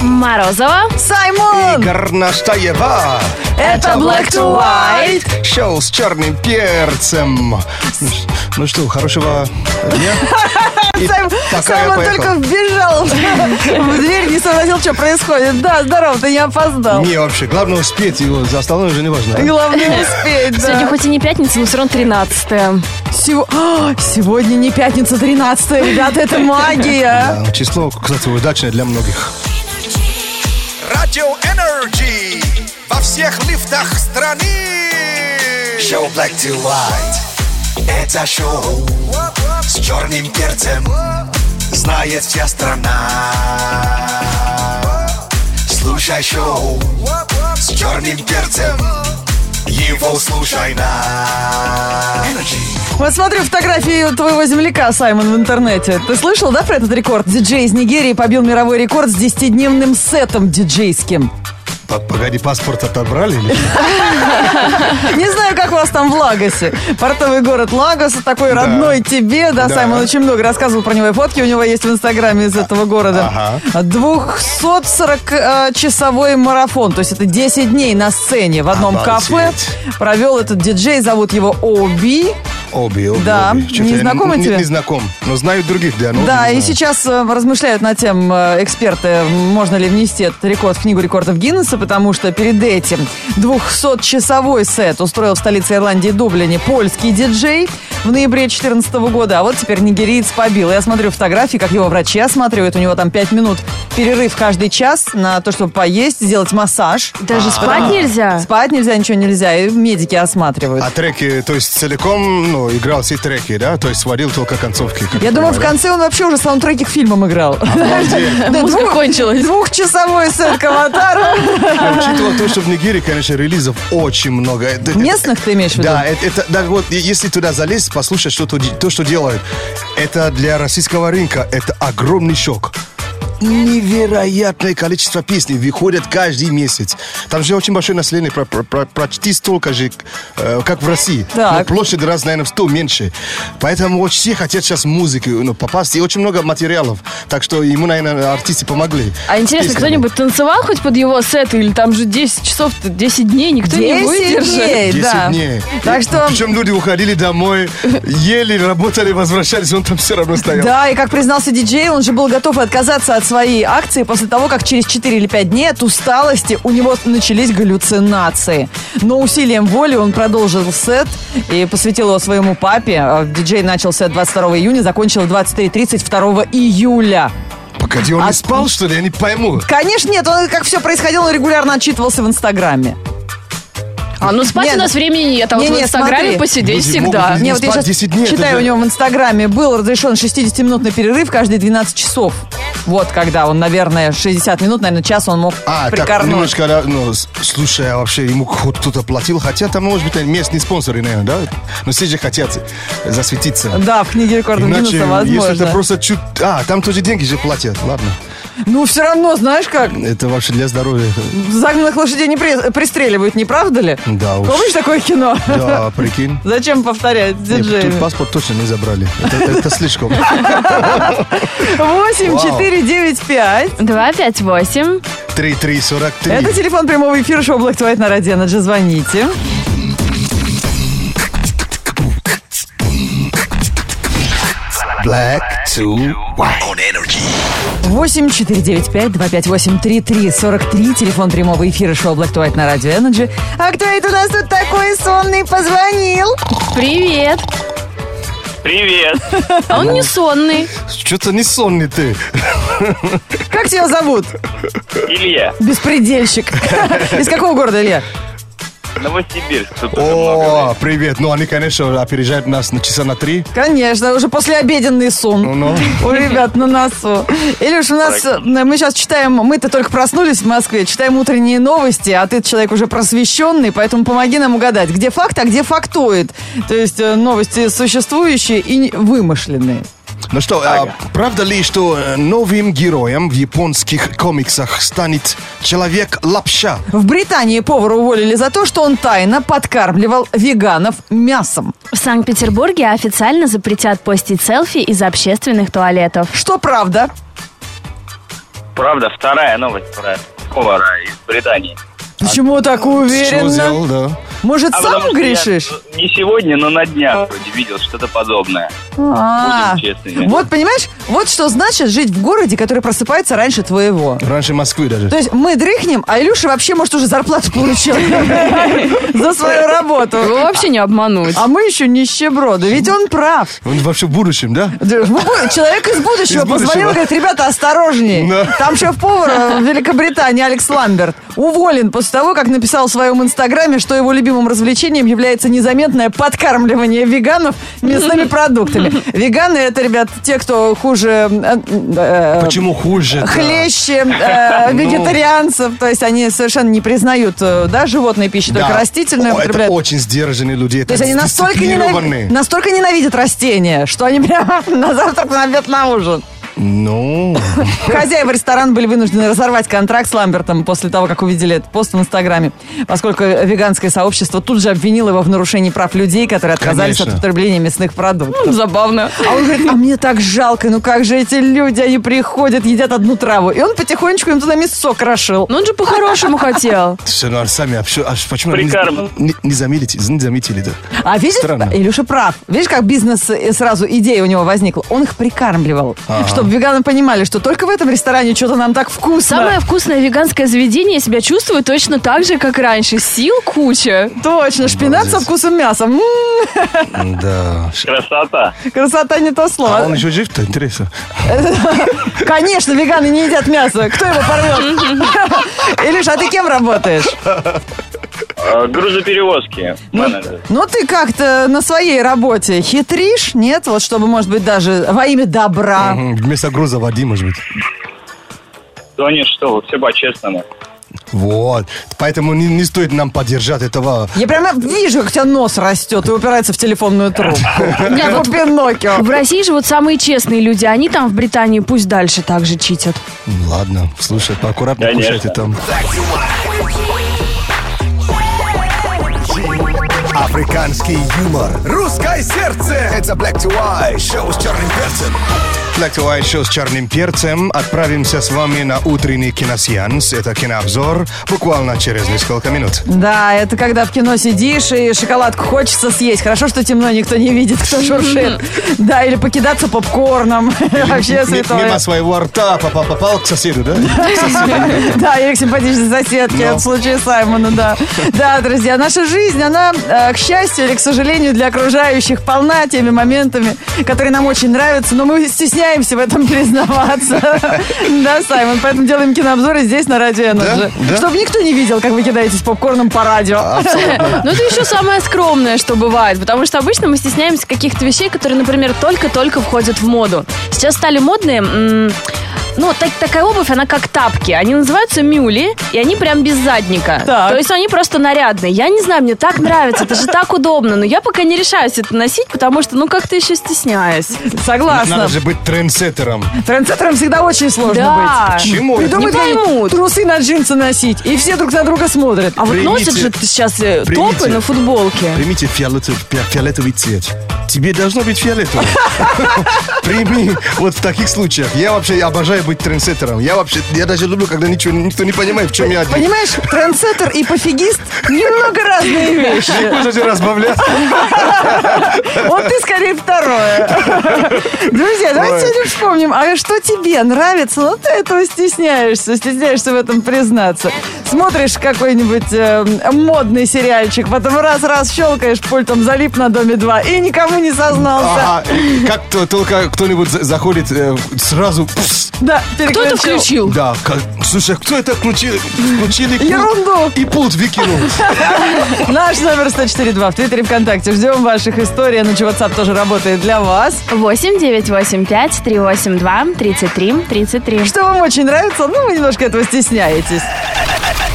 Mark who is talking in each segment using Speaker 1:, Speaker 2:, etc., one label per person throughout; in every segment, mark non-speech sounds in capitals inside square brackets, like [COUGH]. Speaker 1: Морозова.
Speaker 2: Саймон!
Speaker 3: Горнаштаева.
Speaker 2: Это Black to White.
Speaker 3: Шоу с черным перцем. Ну что, хорошего дня. И
Speaker 2: Сайм-
Speaker 3: пока я
Speaker 2: Саймон
Speaker 3: поехал.
Speaker 2: только вбежал в дверь, не сообразил, что происходит. Да, здорово, ты не опоздал.
Speaker 3: Не, вообще, главное успеть, и за остальное уже не важно. да?
Speaker 2: Главное успеть, да.
Speaker 1: Сегодня хоть и не пятница, но все равно 13
Speaker 2: Сего- [GASPS] А, Сегодня не пятница, 13 ребята, это магия.
Speaker 3: Да, А, Число, кстати, удачное для многих.
Speaker 4: Радио Энерджи во всех лифтах страны. Шоу Black to White. Это шоу с черным перцем. Знает вся страна. Слушай шоу с черным перцем. Его слушай на Energy.
Speaker 2: Вот смотрю фотографии твоего земляка, Саймон, в интернете. Ты слышал, да, про этот рекорд? Диджей из Нигерии побил мировой рекорд с 10-дневным сетом диджейским.
Speaker 3: П- Погоди, паспорт отобрали? или что?
Speaker 2: Не знаю, как у вас там в Лагосе. Портовый город Лагос, такой родной тебе. Да,
Speaker 3: Да.
Speaker 2: Саймон очень много рассказывал про него. И фотки у него есть в Инстаграме из этого города. 240-часовой марафон. То есть это 10 дней на сцене в одном
Speaker 3: Обалдеть.
Speaker 2: кафе. Провел этот диджей, зовут его Оби.
Speaker 3: Обе, обе,
Speaker 2: Да.
Speaker 3: обе. Чё-то
Speaker 2: Не
Speaker 3: я
Speaker 2: знакомо
Speaker 3: не,
Speaker 2: тебе?
Speaker 3: Не знаком, но знаю других, да. но
Speaker 2: Да,
Speaker 3: обе не
Speaker 2: и
Speaker 3: знаю.
Speaker 2: сейчас э, размышляют над тем э, эксперты, можно ли внести этот рекорд в книгу рекордов Гиннесса, потому что перед этим 200-часовой сет устроил в столице Ирландии Дублине польский диджей в ноябре 2014 года, а вот теперь нигериец побил. Я смотрю фотографии, как его врачи осматривают, у него там 5 минут перерыв каждый час на то, чтобы поесть, сделать массаж.
Speaker 1: Даже спать нельзя.
Speaker 2: Спать нельзя, ничего нельзя, и медики осматривают.
Speaker 3: А треки, то есть целиком, ну, играл все треки, да? То есть сводил только концовки. как
Speaker 2: Я думаю, в
Speaker 3: понимаю,
Speaker 2: конце он вообще уже саундтреки к фильмам играл. [LAUGHS] Да,
Speaker 1: Музыка
Speaker 2: двух-
Speaker 1: кончилась.
Speaker 2: Двухчасовой сет к аватару.
Speaker 3: да? А Учитывая то, что в Нигерии, конечно, релизов очень много. Это-
Speaker 2: Местных ты имеешь в виду?
Speaker 3: Да, это, это- да, вот, и если туда залезть, послушать, что тут- то, что делают, это для российского рынка, это огромный шок. Невероятное количество песней выходят каждый месяц. Там же очень большое население, про- про- про- почти столько же, э, как в России.
Speaker 2: Так.
Speaker 3: Но площадь раз, наверное, в 100 меньше. Поэтому вот все хотят сейчас в музыку ну, попасть, и очень много материалов. Так что ему, наверное, артисты помогли.
Speaker 1: А интересно,
Speaker 3: Песнями.
Speaker 1: кто-нибудь танцевал хоть под его сет? Или там же 10 часов, 10 дней никто не
Speaker 2: 10
Speaker 1: выдержит?
Speaker 2: дней,
Speaker 3: 10
Speaker 2: да.
Speaker 3: дней.
Speaker 2: Так что,
Speaker 3: Причем люди уходили домой, ели, работали, возвращались, он там все равно стоял.
Speaker 2: да, и как признался диджей, он же был готов отказаться от своей акции после того, как через 4 или 5 дней от усталости у него начались галлюцинации. Но усилием воли он продолжил сет и посвятил его своему папе. А Диджей начался 22 июня, закончил 23.30 2 июля.
Speaker 3: Погоди, он
Speaker 2: А-
Speaker 3: не спал, что ли? Я не пойму.
Speaker 2: Конечно, нет, он, как все происходило, он регулярно отчитывался в Инстаграме.
Speaker 1: А ну спать
Speaker 2: Нет.
Speaker 1: у нас времени нет, а вот
Speaker 2: Не-не,
Speaker 1: в Инстаграме
Speaker 2: смотри.
Speaker 1: посидеть
Speaker 3: Люди
Speaker 1: всегда.
Speaker 3: могут
Speaker 2: Не,
Speaker 3: Не
Speaker 2: вот я
Speaker 3: спать
Speaker 2: сейчас
Speaker 3: 10 дней, это
Speaker 2: читаю
Speaker 3: же-
Speaker 2: у него в Инстаграме, был разрешен 60-минутный перерыв каждые 12 часов. Вот когда он, наверное, 60 минут, наверное, час он мог
Speaker 3: А, так,
Speaker 2: прикорнуть.
Speaker 3: немножко, да, ну, с- слушай, а вообще ему хоть кто-то платил, хотя там, может быть, местные спонсоры, наверное, да? Но все же хотят засветиться.
Speaker 2: Да, в книге рекордов
Speaker 3: Иначе,
Speaker 2: Гиннесса, возможно.
Speaker 3: если это просто чуть... А, там тоже деньги же платят, ладно.
Speaker 2: Ну, все равно, знаешь как,
Speaker 3: Это вообще
Speaker 2: [LAUGHS]
Speaker 3: для здоровья.
Speaker 2: загнанных лошадей не при- пристреливают, не правда ли?
Speaker 3: Да уж.
Speaker 2: Помнишь такое кино?
Speaker 3: Да, прикинь.
Speaker 2: Зачем повторять
Speaker 3: Нет, тут
Speaker 2: диджей?
Speaker 3: паспорт точно не забрали. Это,
Speaker 2: [LAUGHS]
Speaker 3: это слишком.
Speaker 2: 8
Speaker 3: Вау.
Speaker 2: 4 9 5.
Speaker 1: 2, 5, 8.
Speaker 3: 3343.
Speaker 2: Это телефон прямого эфира шоу Black to White» на Радио Energy. Звоните.
Speaker 3: Black to white.
Speaker 4: On Energy.
Speaker 2: 8 495 258 3343 Телефон прямого эфира шоу Black to White на Радио Energy. А кто это у нас тут такой сонный позвонил?
Speaker 1: Привет.
Speaker 2: [LAUGHS]
Speaker 5: Привет.
Speaker 1: А он не сонный.
Speaker 3: Что-то не сонный ты.
Speaker 2: Как тебя зовут?
Speaker 5: Илья.
Speaker 2: Беспредельщик. [LAUGHS] Из какого города, Илья?
Speaker 5: Новосибирск. Тут уже много
Speaker 3: О, привет. Ну, они, конечно, опережают нас на часа на три.
Speaker 2: Конечно, уже послеобеденный сон.
Speaker 3: Ну,
Speaker 2: У ребят на носу. Илюш, у нас, э, мы сейчас читаем, мы-то только проснулись в Москве, читаем утренние новости, а ты человек уже просвещенный, поэтому помоги нам угадать, где факт, а где фактует. То есть э, новости существующие и не- вымышленные.
Speaker 3: ну что, а правда ли, что э, новым героем в японских комиксах станет человек-лапша?
Speaker 2: В Британии повара уволили за то, что он тайно подкармливал веганов мясом.
Speaker 1: В Санкт-Петербурге официально запретят постить селфи из общественных туалетов.
Speaker 2: Что правда?
Speaker 5: правда, вторая новость про повара из Британии.
Speaker 2: Почему так
Speaker 3: Чего
Speaker 2: уверенно?
Speaker 3: сделал, да?
Speaker 2: Может,
Speaker 5: А
Speaker 2: сам
Speaker 5: потому что я,
Speaker 2: грешишь?
Speaker 5: ну, не сегодня, но на днях вроде видел что-то подобное.
Speaker 2: А,
Speaker 5: Будем честными.
Speaker 2: вот понимаешь, вот что значит жить в городе, который просыпается раньше твоего.
Speaker 3: Раньше Москвы даже.
Speaker 2: То есть мы дрыхнем, а Илюша вообще, может, уже зарплату получил [LAUGHS] за свою работу.
Speaker 1: Его вообще не обмануть.
Speaker 2: А мы еще нищеброды. Ведь он прав.
Speaker 3: Он вообще в будущем, да?
Speaker 2: Да, в бу- Человек из будущего
Speaker 3: Из будущего.
Speaker 2: позвонил и говорит, ребята, осторожнее.
Speaker 3: Да.
Speaker 2: Там шеф-повар э, в Великобритании Алекс Ламберт уволен после того, как написал в своем инстаграме, что его любимым развлечением является незаметное подкармливание веганов мясными продуктами. Веганы это, ребят, те, кто хуже... э, э,
Speaker 3: Почему хуже?
Speaker 2: хлеще э,
Speaker 3: Ну.
Speaker 2: вегетарианцев, то есть они совершенно не признают, э, да, животной пищи, только растительную
Speaker 3: О, Это
Speaker 2: употребляют.
Speaker 3: очень сдержанные люди.
Speaker 2: То есть они настолько, ненави- настолько ненавидят растения, что они прямо [LAUGHS] на завтрак, на обед, на ужин.
Speaker 3: Ну,
Speaker 2: Хозяева ресторана были вынуждены разорвать контракт с Ламбертом после того, как увидели этот пост в Инстаграме, поскольку веганское сообщество тут же обвинило его в нарушении прав людей, которые отказались
Speaker 3: Конечно.
Speaker 2: от употребления мясных продуктов.
Speaker 1: Забавно.
Speaker 2: А он говорит, а мне так жалко, ну как же эти люди, они приходят, едят одну траву. И он потихонечку им туда мясо крошил.
Speaker 1: Но он же по-хорошему хотел.
Speaker 3: все, ну, а сами, а всё- а почему не,
Speaker 5: Прикарм.
Speaker 3: не, не заметили, не
Speaker 2: [LAUGHS]
Speaker 3: заметили, да?
Speaker 2: А видишь,
Speaker 3: Странно.
Speaker 2: Илюша прав. Видишь, как бизнес э, сразу, идея у него возникла. Он их прикармливал, чтобы веганы понимали, что только в этом ресторане что-то нам так вкусно.
Speaker 1: Самое вкусное веганское заведение себя чувствует точно так же, как раньше. Сил куча.
Speaker 2: Точно, шпинат со
Speaker 3: Молодец.
Speaker 2: вкусом мяса. М,
Speaker 3: Да.
Speaker 5: Красота.
Speaker 2: красота не то слово.
Speaker 3: А он еще жив-то, интересно.
Speaker 2: Конечно, веганы не едят мясо. Кто его порвет? Илюша, а ты кем работаешь?
Speaker 5: Э, Грузоперевозки. менеджер.
Speaker 2: Ну, ты как-то на своей работе хитришь, нет? Вот чтобы, может быть, даже во имя добра.
Speaker 3: Мгм, Вместо груза воды, может быть.
Speaker 5: Да нет, что вы, все по-честному.
Speaker 3: Вот. Поэтому не, не стоит нам поддержать этого.
Speaker 2: Я прямо вижу, как у тебя нос растет и упирается в телефонную трубку.
Speaker 3: [LAUGHS]
Speaker 2: Как у Пиноккио.
Speaker 1: В России же вот самые честные люди, они там в Британии пусть дальше так же читят.
Speaker 3: Ну, Ладно, слушай, поаккуратнее
Speaker 5: Конечно.
Speaker 3: кушайте там.
Speaker 4: Африканский юмор. Русское сердце. Это Black to White. Шоу с черным перцем.
Speaker 3: Black to White Show с черным перцем. Отправимся с вами на утренний киносеанс. Это кинообзор буквально через несколько минут.
Speaker 2: Да, это когда в кино сидишь и шоколадку хочется съесть. Хорошо, что темно, никто не видит, кто шуршит. Да, или покидаться попкорном. [LAUGHS] Вообще
Speaker 3: М-
Speaker 2: святое.
Speaker 3: Мимо своего рта попал, попал к соседу, да?
Speaker 2: [LAUGHS] Да, или к симпатичной соседке.
Speaker 3: Но.
Speaker 2: Это в случае Саймона, да. Да, друзья, наша жизнь, она, э, к счастью или, к сожалению, для окружающих полна теми моментами, которые нам очень нравятся, но мы стесняемся в этом [LAUGHS] признаваться. [LAUGHS] Да, Саймон, поэтому делаем кинообзоры здесь, на Радио Energy.
Speaker 3: да.
Speaker 2: Чтобы никто не видел, как вы кидаетесь попкорном по радио.
Speaker 1: Ну, это еще самое скромное, что бывает, потому что обычно мы стесняемся каких-то вещей, которые, например, только-только входят в моду. Сейчас стали модные... м, ну, так- такая обувь, она как тапки. Они называются мюли, и они прям без задника.
Speaker 2: Так.
Speaker 1: То есть они просто нарядные. Я не знаю, мне так нравится, это же так удобно. Но я пока не решаюсь это носить, потому что, ну, как-то еще стесняюсь.
Speaker 2: [LAUGHS] Согласна.
Speaker 3: Надо же быть трендсеттером.
Speaker 2: Трендсеттером всегда очень сложно
Speaker 1: Да.
Speaker 2: быть.
Speaker 3: Почему?
Speaker 2: Придумай
Speaker 1: Не поймут.
Speaker 2: трусы на джинсы носить, и все друг на друга смотрят.
Speaker 1: А вот
Speaker 3: Примите.
Speaker 1: носят же сейчас э,
Speaker 3: Примите.
Speaker 1: топы на футболке.
Speaker 3: Примите фиолетов- фи- фиолетовый цвет. Тебе должно быть фиолетовый. [LAUGHS] Прими. Вот в таких случаях. Я вообще обожаю быть трендсеттером. Я вообще, я даже люблю, когда ничего, никто не понимает, в чем я один.
Speaker 2: Понимаешь, трендсеттер и пофигист немного разные вещи.
Speaker 3: Можно же разбавлять.
Speaker 2: Вот ты скорее второе. Друзья, давайте
Speaker 3: Ой.
Speaker 2: сегодня вспомним, а что тебе нравится, но ты этого стесняешься, стесняешься в этом признаться. Смотришь какой-нибудь э, модный сериальчик, потом раз-раз щелкаешь пультом, залип на доме 2 и никому не сознался.
Speaker 3: Ага, и как то- только кто-нибудь за- заходит, э, сразу... пс,
Speaker 2: Да,
Speaker 1: Кто-то
Speaker 2: переключил.
Speaker 1: включил.
Speaker 3: Да, как- слушай, а кто это включил? Включили пульт
Speaker 2: Ерунду.
Speaker 3: И пульт выкинул.
Speaker 2: Наш номер 104.2 в Твиттере ВКонтакте. Ждем ваших историй. Ну, WhatsApp тоже работает для вас.
Speaker 6: 8 9 8 5 3 8 2 33 33.
Speaker 2: Что вам очень нравится, ну, вы немножко этого стесняетесь.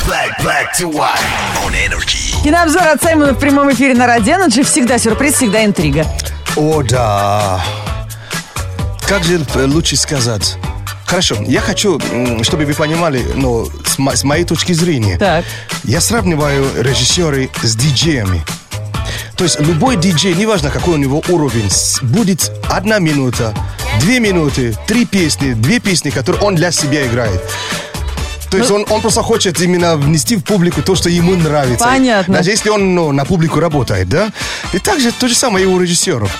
Speaker 4: Black, black to white. On energy.
Speaker 2: Кинообзор от Саймона в прямом эфире на Радио Energy. Всегда сюрприз, всегда интрига.
Speaker 3: О, да. Как же э, лучше сказать? Хорошо, я хочу, м, чтобы вы понимали, но с, мо- с моей точки зрения,
Speaker 2: Так.
Speaker 3: я сравниваю режиссеры с диджеями. То есть любой диджей, неважно какой у него уровень, с- будет одна минута, две минуты, три песни, две песни, которые он для себя играет. То
Speaker 2: Ну,
Speaker 3: есть он, он просто хочет именно внести в публику то, что ему нравится.
Speaker 2: Понятно.
Speaker 3: Даже если он ну, на публику работает, да? И также то же самое и у режиссеров.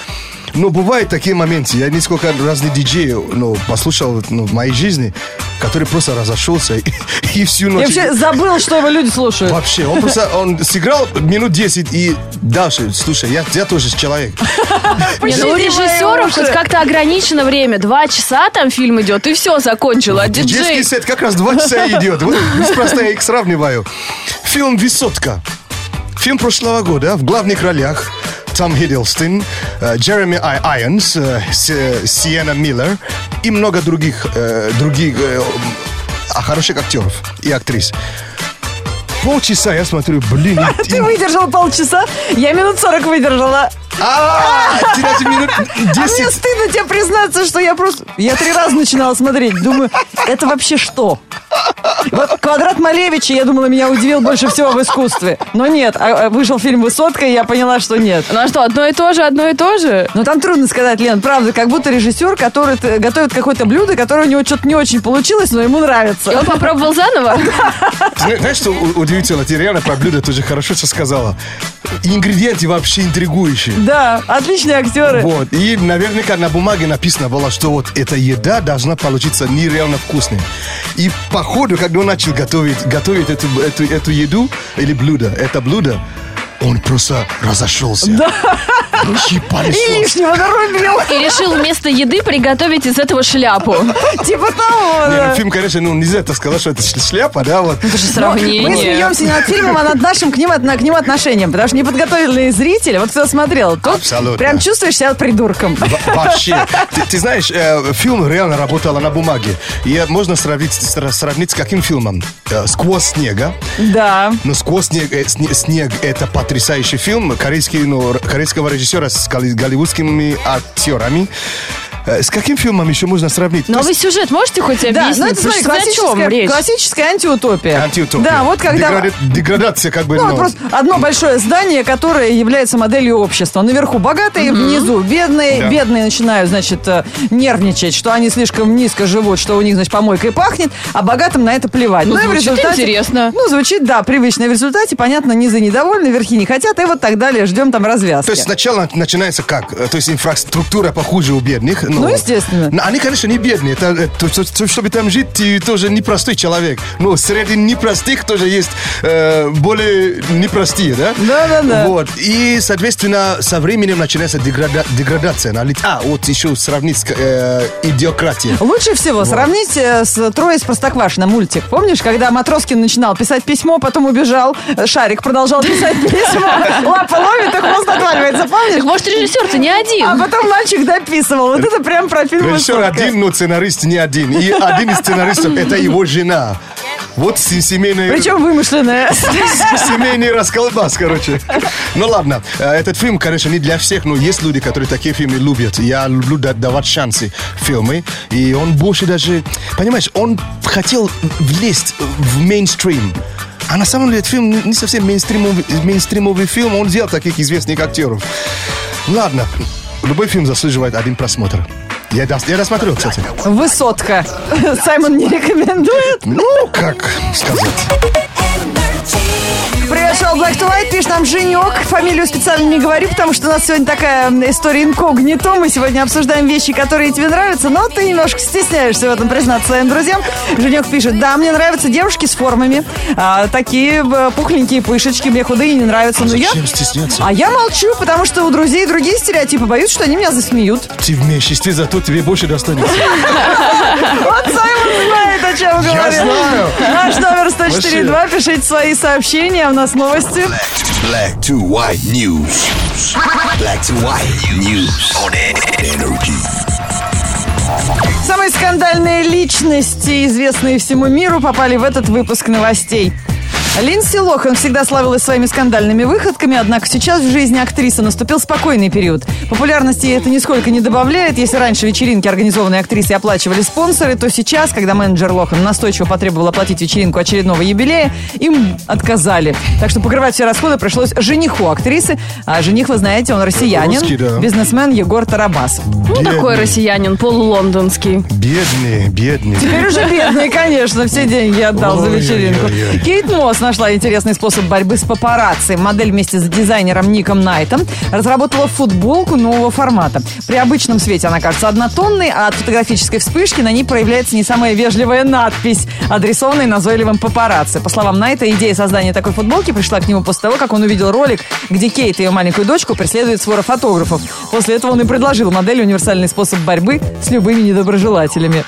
Speaker 3: Но бывают такие моменты. Я несколько разных диджеев ну, послушал ну, в моей жизни, который просто разошелся и, [LAUGHS] и всю
Speaker 2: Я
Speaker 3: ночь...
Speaker 2: вообще забыл, что его люди слушают.
Speaker 3: Вообще, он просто он сыграл минут 10 и дальше. Слушай, я, я
Speaker 2: [LAUGHS]
Speaker 3: тоже человек.
Speaker 1: Нет, ну, у режиссеров хоть как-то ограничено время. Два часа там фильм идет, и все, закончил. А диджей...
Speaker 3: Диджейский сет как раз
Speaker 2: [LAUGHS]
Speaker 3: два часа идет. Вот просто я их сравниваю. Фильм «Высотка». Фильм прошлого года в главных ролях Том Хиддлстон, э, Джереми Ай Айонс, э, Си- э, Сиена Миллер и много других, э, других э, а, хороших актеров и актрис. Полчаса я смотрю,
Speaker 2: [LAUGHS]
Speaker 3: блин. и-
Speaker 2: А, Ты выдержал полчаса, я минут сорок выдержала.
Speaker 3: А, ты даже минут
Speaker 2: [LAUGHS] А мне
Speaker 3: 10
Speaker 2: стыдно тебе признаться, что я просто... Я три раза начинала смотреть. Думаю, это вообще что? Вот «Квадрат Малевича», я думала, меня удивил больше всего в искусстве. Но нет, а, а, вышел фильм «Высотка», и я поняла, что нет.
Speaker 1: Ну а что, одно и то же, одно и то же?
Speaker 2: Ну, там трудно сказать, Лен, правда, как будто режиссер, который т- готовит какое-то блюдо, которое у него что-то не очень получилось, но ему
Speaker 1: И
Speaker 2: нравится.
Speaker 1: он попробовал [LAUGHS] заново?
Speaker 3: Зна- Знаешь, что у- удивительно? Ты реально про блюдо тоже хорошо все сказала. Ингредиенты вообще интригующие.
Speaker 2: Да, отличные актеры.
Speaker 3: Вот. И наверняка на бумаге написано было, что вот эта еда должна получиться нереально вкусной. И по ходу, когда он начал готовить, готовить эту, эту, эту еду или блюдо, это блюдо, он просто разошелся. Да.
Speaker 2: И лишнего нарубил.
Speaker 1: И решил вместо еды приготовить из этого шляпу.
Speaker 2: [LAUGHS] Типа того, да.
Speaker 3: фильм, конечно, ну нельзя это сказать, что это ш- шляпа, да, вот.
Speaker 2: Мы
Speaker 1: Сравнение.
Speaker 2: смеемся не над фильмом, а над нашим к, ним, отно- к ним отношением. Потому что неподготовленные зрители, вот кто смотрел, тот
Speaker 3: Абсолютно.
Speaker 2: прям чувствуешь себя придурком.
Speaker 3: Во- Вообще. Ты, ты знаешь, э, фильм реально работал на бумаге. И э, можно сравнить, сра- сравнить с каким фильмом? Э, «Сквозь снега».
Speaker 2: Да.
Speaker 3: Но «Сквозь снег, э, сне- снег» это потрясающий фильм корейский, ну, р- корейского режиссера с голли- голливудскими актерами. Э, С каким фильмом еще можно сравнить? То
Speaker 1: Новый
Speaker 3: есть
Speaker 1: сюжет можете хоть
Speaker 2: Да,
Speaker 1: объяснить?
Speaker 2: ну это,
Speaker 1: Потому
Speaker 2: смотри,
Speaker 1: что о чем
Speaker 2: классическая,
Speaker 1: речь?
Speaker 2: классическая антиутопия.
Speaker 3: антиутопия.
Speaker 2: Да, вот когда...
Speaker 3: Деграде- Деградация как бы...
Speaker 2: Ну, вот
Speaker 3: ну,
Speaker 2: просто одно большое здание, которое является моделью общества. Наверху богатые, внизу бедные.
Speaker 3: Да.
Speaker 2: Бедные начинают, значит, э, нервничать, что они слишком низко живут, что у них, значит, помойкой пахнет, а богатым на это плевать.
Speaker 1: Ну,
Speaker 2: и в
Speaker 1: звучит
Speaker 2: результате-
Speaker 1: интересно.
Speaker 2: Ну, звучит, да, привычно. И В результате, понятно, низы недовольны, верхи не хотят, и вот так далее. Ждем там развязки.
Speaker 3: То есть сначала начинается как? Э, То есть инфраструктура похуже у бедных. но-
Speaker 2: Ну, естественно.
Speaker 3: Но они, конечно, не бедные. Это, э, то- то- то- чтобы там жить, ты тоже непростой человек. Но среди непростых тоже есть э, более непростые, да?
Speaker 2: Да-да-да.
Speaker 3: Вот. И, соответственно, со временем начинается деграда- деградация. на лит- А, вот еще сравнить с к- э, идиократией.
Speaker 2: Лучше всего сравнить э, с «Трое из Простоквашино» мультик. Помнишь, когда Матроскин начинал писать письмо, потом убежал, э, Шарик продолжал писать [LAUGHS] письмо, лапа ловит и хвост отваливается,
Speaker 1: Так
Speaker 2: помнишь?
Speaker 1: может, режиссер-то не
Speaker 2: А
Speaker 1: один.
Speaker 2: потом мальчик дописывал. Вот это прям про фильм
Speaker 3: Режиссер
Speaker 2: «Высотка».
Speaker 3: один, но сценарист не один. И один из сценаристов – это его жена. Вот се- семейная...
Speaker 2: Причем вымышленное.
Speaker 3: Семейный расколбас, короче. Ну ладно, э, этот фильм, конечно, не для всех, но есть люди, которые такие фильмы любят. Я люблю да- давать шансы фильмы. И он больше даже, понимаешь, он хотел влезть в мейнстрим. А на самом деле этот фильм не- не совсем мейнстримовый, мейнстримовый фильм, он взял таких известных актеров. Ладно, любой фильм заслуживает один просмотр. Я, дос- я досмотрел, кстати.
Speaker 2: Высотка. Саймон не рекомендует.
Speaker 3: Ну, как сказать.
Speaker 2: Пришел Black to White, пишет нам Женек. Фамилию специально не говори, потому что у нас сегодня такая м, история инкогнито. Мы сегодня обсуждаем вещи, которые тебе нравятся, но ты немножко стесняешься в этом признаться своим друзьям. Женек пишет, да, мне нравятся девушки с формами. а, такие э, пухленькие пышечки, мне худые не нравятся. Но Ну, я...
Speaker 3: Зачем стесняться?
Speaker 2: А я молчу, потому что у друзей другие стереотипы. Боюсь, что они меня засмеют.
Speaker 3: Ты вместе, зато тебе больше достанется.
Speaker 2: Вот Саймон знает, о чем говорит.
Speaker 3: знаю.
Speaker 2: Наш номер 104.2. Пишите свои сообщения. У нас новости.
Speaker 4: Black to white news. Black to white news on energy.
Speaker 2: Самые скандальные личности, известные всему миру, попали в этот выпуск новостей. Линдси Лохан всегда славилась своими скандальными выходками, однако сейчас в жизни актрисы наступил спокойный период. Популярности ей это нисколько не добавляет. Если раньше вечеринки, организованные актрисой, оплачивали спонсоры, то сейчас, когда менеджер Лохан настойчиво потребовал оплатить вечеринку очередного юбилея, им отказали. Так что покрывать все расходы пришлось жениху актрисы. А жених, вы знаете, он россиянин,
Speaker 3: Русский, да.
Speaker 2: бизнесмен Егор Тарабас.
Speaker 1: Ну, такой россиянин, полулондонский.
Speaker 3: Бедный, бедный.
Speaker 2: Теперь уже бедный, конечно, все деньги отдал за
Speaker 3: Ой-ой-ой-ой.
Speaker 2: вечеринку. Кейт Мосс нашла интересный способ борьбы с папарацци. Модель вместе с дизайнером Ником Найтом разработала футболку нового формата. При обычном свете она кажется однотонной, а от фотографической вспышки на ней проявляется не самая вежливая надпись, адресованная назойливым папарацци. По словам Найта, идея создания такой футболки пришла к нему после того, как он увидел ролик, где Кейт и ее маленькую дочку преследует свора фотографов. После этого он и предложил модели универсальный способ борьбы с любыми недоброжелателями.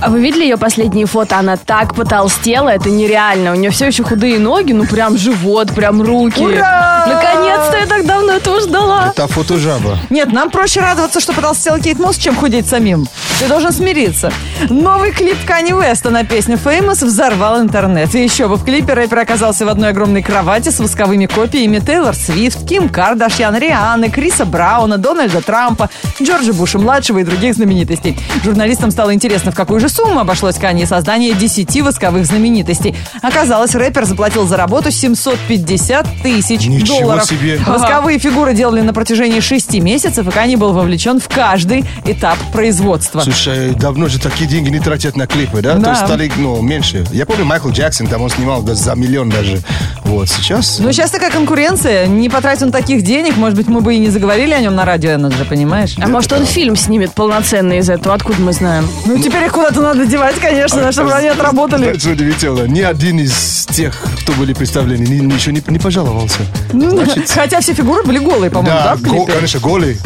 Speaker 1: А вы видели ее последние фото? Она так потолстела, это нереально. У нее все еще худые ноги, ну прям живот, прям руки.
Speaker 2: Ура!
Speaker 1: Наконец-то я так давно этого ждала.
Speaker 3: Это фотожаба.
Speaker 2: Нет, нам проще радоваться, что потолстел Кейт Мосс, чем худеть самим. Ты должен смириться. Новый клип Кани Уэста на песню «Famous» взорвал интернет. И еще бы в клипе рэпер оказался в одной огромной кровати с восковыми копиями Тейлор Свифт, Ким Кардашьян, Рианы, Криса Брауна, Дональда Трампа, Джорджа Буша-младшего и других знаменитостей. Журналистам стало интересно, в какую же сумму обошлось Кани создание 10 восковых знаменитостей. Оказалось, рэпер заплатил за работу 750 тысяч
Speaker 3: Ничего
Speaker 2: долларов.
Speaker 3: себе.
Speaker 2: Восковые фигуры делали на протяжении шести месяцев, и Кани был вовлечен в каждый этап производства.
Speaker 3: Слушай, давно же такие деньги не тратят на клипы, да? То
Speaker 2: Да.
Speaker 3: есть стали, ну, меньше. Я помню, Майкл Джексон, там он снимал да, за миллион даже. Вот, сейчас...
Speaker 2: Но сейчас такая конкуренция, не потратил он таких денег, может быть, мы бы и не заговорили о нем на радио Energy, понимаешь?
Speaker 1: А может, он фильм снимет полноценный из этого? Откуда мы знаем?
Speaker 2: Ну, теперь их куда-то надо девать,
Speaker 3: А,
Speaker 2: конечно, чтобы они отработали.
Speaker 3: Знаешь, что удивительно? Ни один из тех, кто были представлены, ни- ничего не, не пожаловался.
Speaker 2: Ну, Хотя все фигуры были голые, по-моему, да,
Speaker 3: Да,
Speaker 2: в
Speaker 3: го-
Speaker 2: клипе?
Speaker 3: конечно, голый.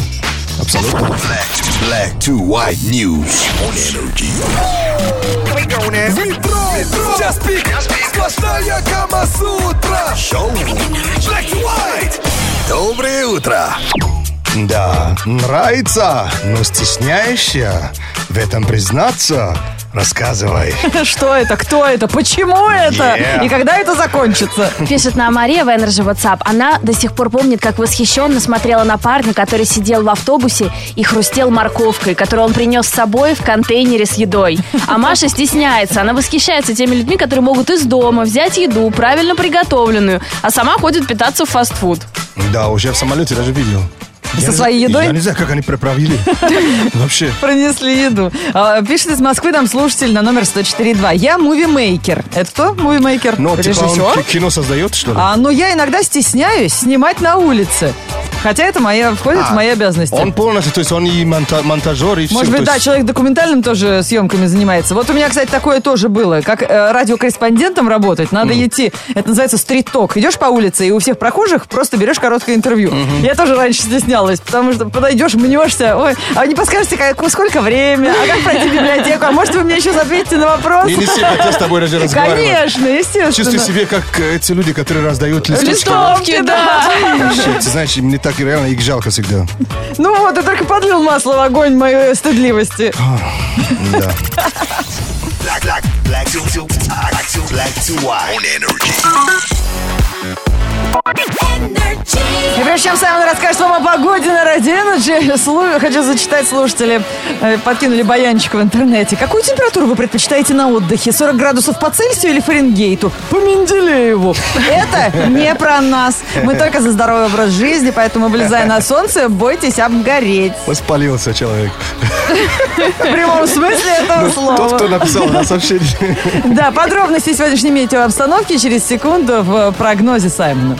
Speaker 3: Абсолютно.
Speaker 4: Black to, black to white news on energy.
Speaker 7: Just pick. Сплошная гамма с утра.
Speaker 4: Show.
Speaker 7: Black to white.
Speaker 4: Доброе утро.
Speaker 3: Да, нравится, но стесняешься в этом признаться. Рассказывай.
Speaker 2: [LAUGHS] Что это? Кто это? Почему это?
Speaker 3: Yeah.
Speaker 2: И когда это закончится? [LAUGHS]
Speaker 6: Пишет нам Мария в Energy WhatsApp. Она до сих пор помнит, как восхищенно смотрела на парня, который сидел в автобусе и хрустел морковкой, которую он принес с собой в контейнере с едой. А Маша стесняется. Она восхищается теми людьми, которые могут из дома взять еду, правильно приготовленную, а сама ходит питаться в фастфуд.
Speaker 3: Да, уже в самолете даже видел.
Speaker 2: Со
Speaker 3: Я не-
Speaker 2: своей едой?
Speaker 3: Я не знаю, как они приправили. Вообще.
Speaker 2: Пронесли еду. А, Пишет из Москвы нам слушатель на номер 104.2. Я мувимейкер. Это кто мувимейкер?
Speaker 3: Ну, типа он
Speaker 2: Режиссер?
Speaker 3: ки- кино создает, что ли?
Speaker 2: А, но я иногда стесняюсь снимать на улице. Хотя это моя, входит в мои обязанности.
Speaker 3: А, Он полностью, то есть он и монта- монтажер, и все.
Speaker 2: Может быть, да, человек документальным тоже съемками занимается. Вот у меня, кстати, такое тоже было. Как э, радиокорреспондентом работать, надо идти. Это называется стрит-ток. Идешь по улице, и у всех прохожих просто берешь короткое интервью. Я тоже раньше стеснялась, потому что подойдешь, мнешься. Ой, а не подскажете, как- сколько время, а как пройти в библиотеку, а может, вы мне еще ответите на вопрос?
Speaker 3: И не все хотят с тобой даже разговаривать.
Speaker 2: Конечно,
Speaker 3: Чувствую
Speaker 2: естественно.
Speaker 3: себя, как э, эти люди, которые раздают листочки.
Speaker 2: Листовки, да.
Speaker 3: Вообще, Ты знаешь, мне так реально их жалко всегда.
Speaker 2: Ну вот, ты только подлил масло в огонь моей стыдливости. [LAUGHS]
Speaker 3: Да.
Speaker 4: Black, black, black to, to, black to, black to white on energy.
Speaker 2: И прежде чем Саймон расскажет вам о погоде на Радио Energy, слу- хочу зачитать слушатели. э, Подкинули баянчик в интернете. Какую температуру вы предпочитаете на отдыхе? 40 градусов по Цельсию или Фаренгейту? По Менделееву. Это не про нас. Мы только за здоровый образ жизни, поэтому, вылезая на солнце, бойтесь обгореть.
Speaker 3: Воспалился человек.
Speaker 2: В прямом смысле этого
Speaker 3: Ну, Тот, кто
Speaker 2: слова.
Speaker 3: написал на сообщение.
Speaker 2: Да, подробности сегодняшней метеообстановки через секунду в э, прогнозе Саймона.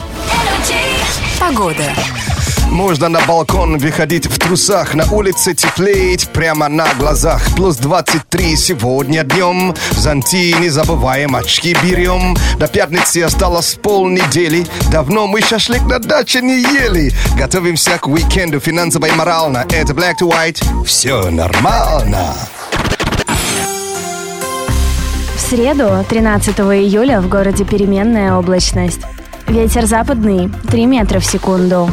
Speaker 3: Можно на балкон выходить в трусах, на улице теплеет прямо на глазах. Плюс 23 сегодня днем, зонти не забываем, очки берем. До пятницы осталось полнедели, давно мы шашлык на даче не ели. Готовимся к уикенду финансово и морально, это Black to White, все нормально.
Speaker 6: В среду, 13 июля, в городе переменная облачность. Ветер западный 3 метра в секунду.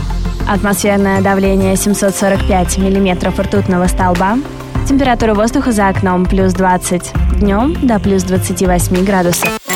Speaker 6: Атмосферное давление 745 миллиметров ртутного столба. Температура воздуха за окном плюс 20. Днем до плюс 28 градусов.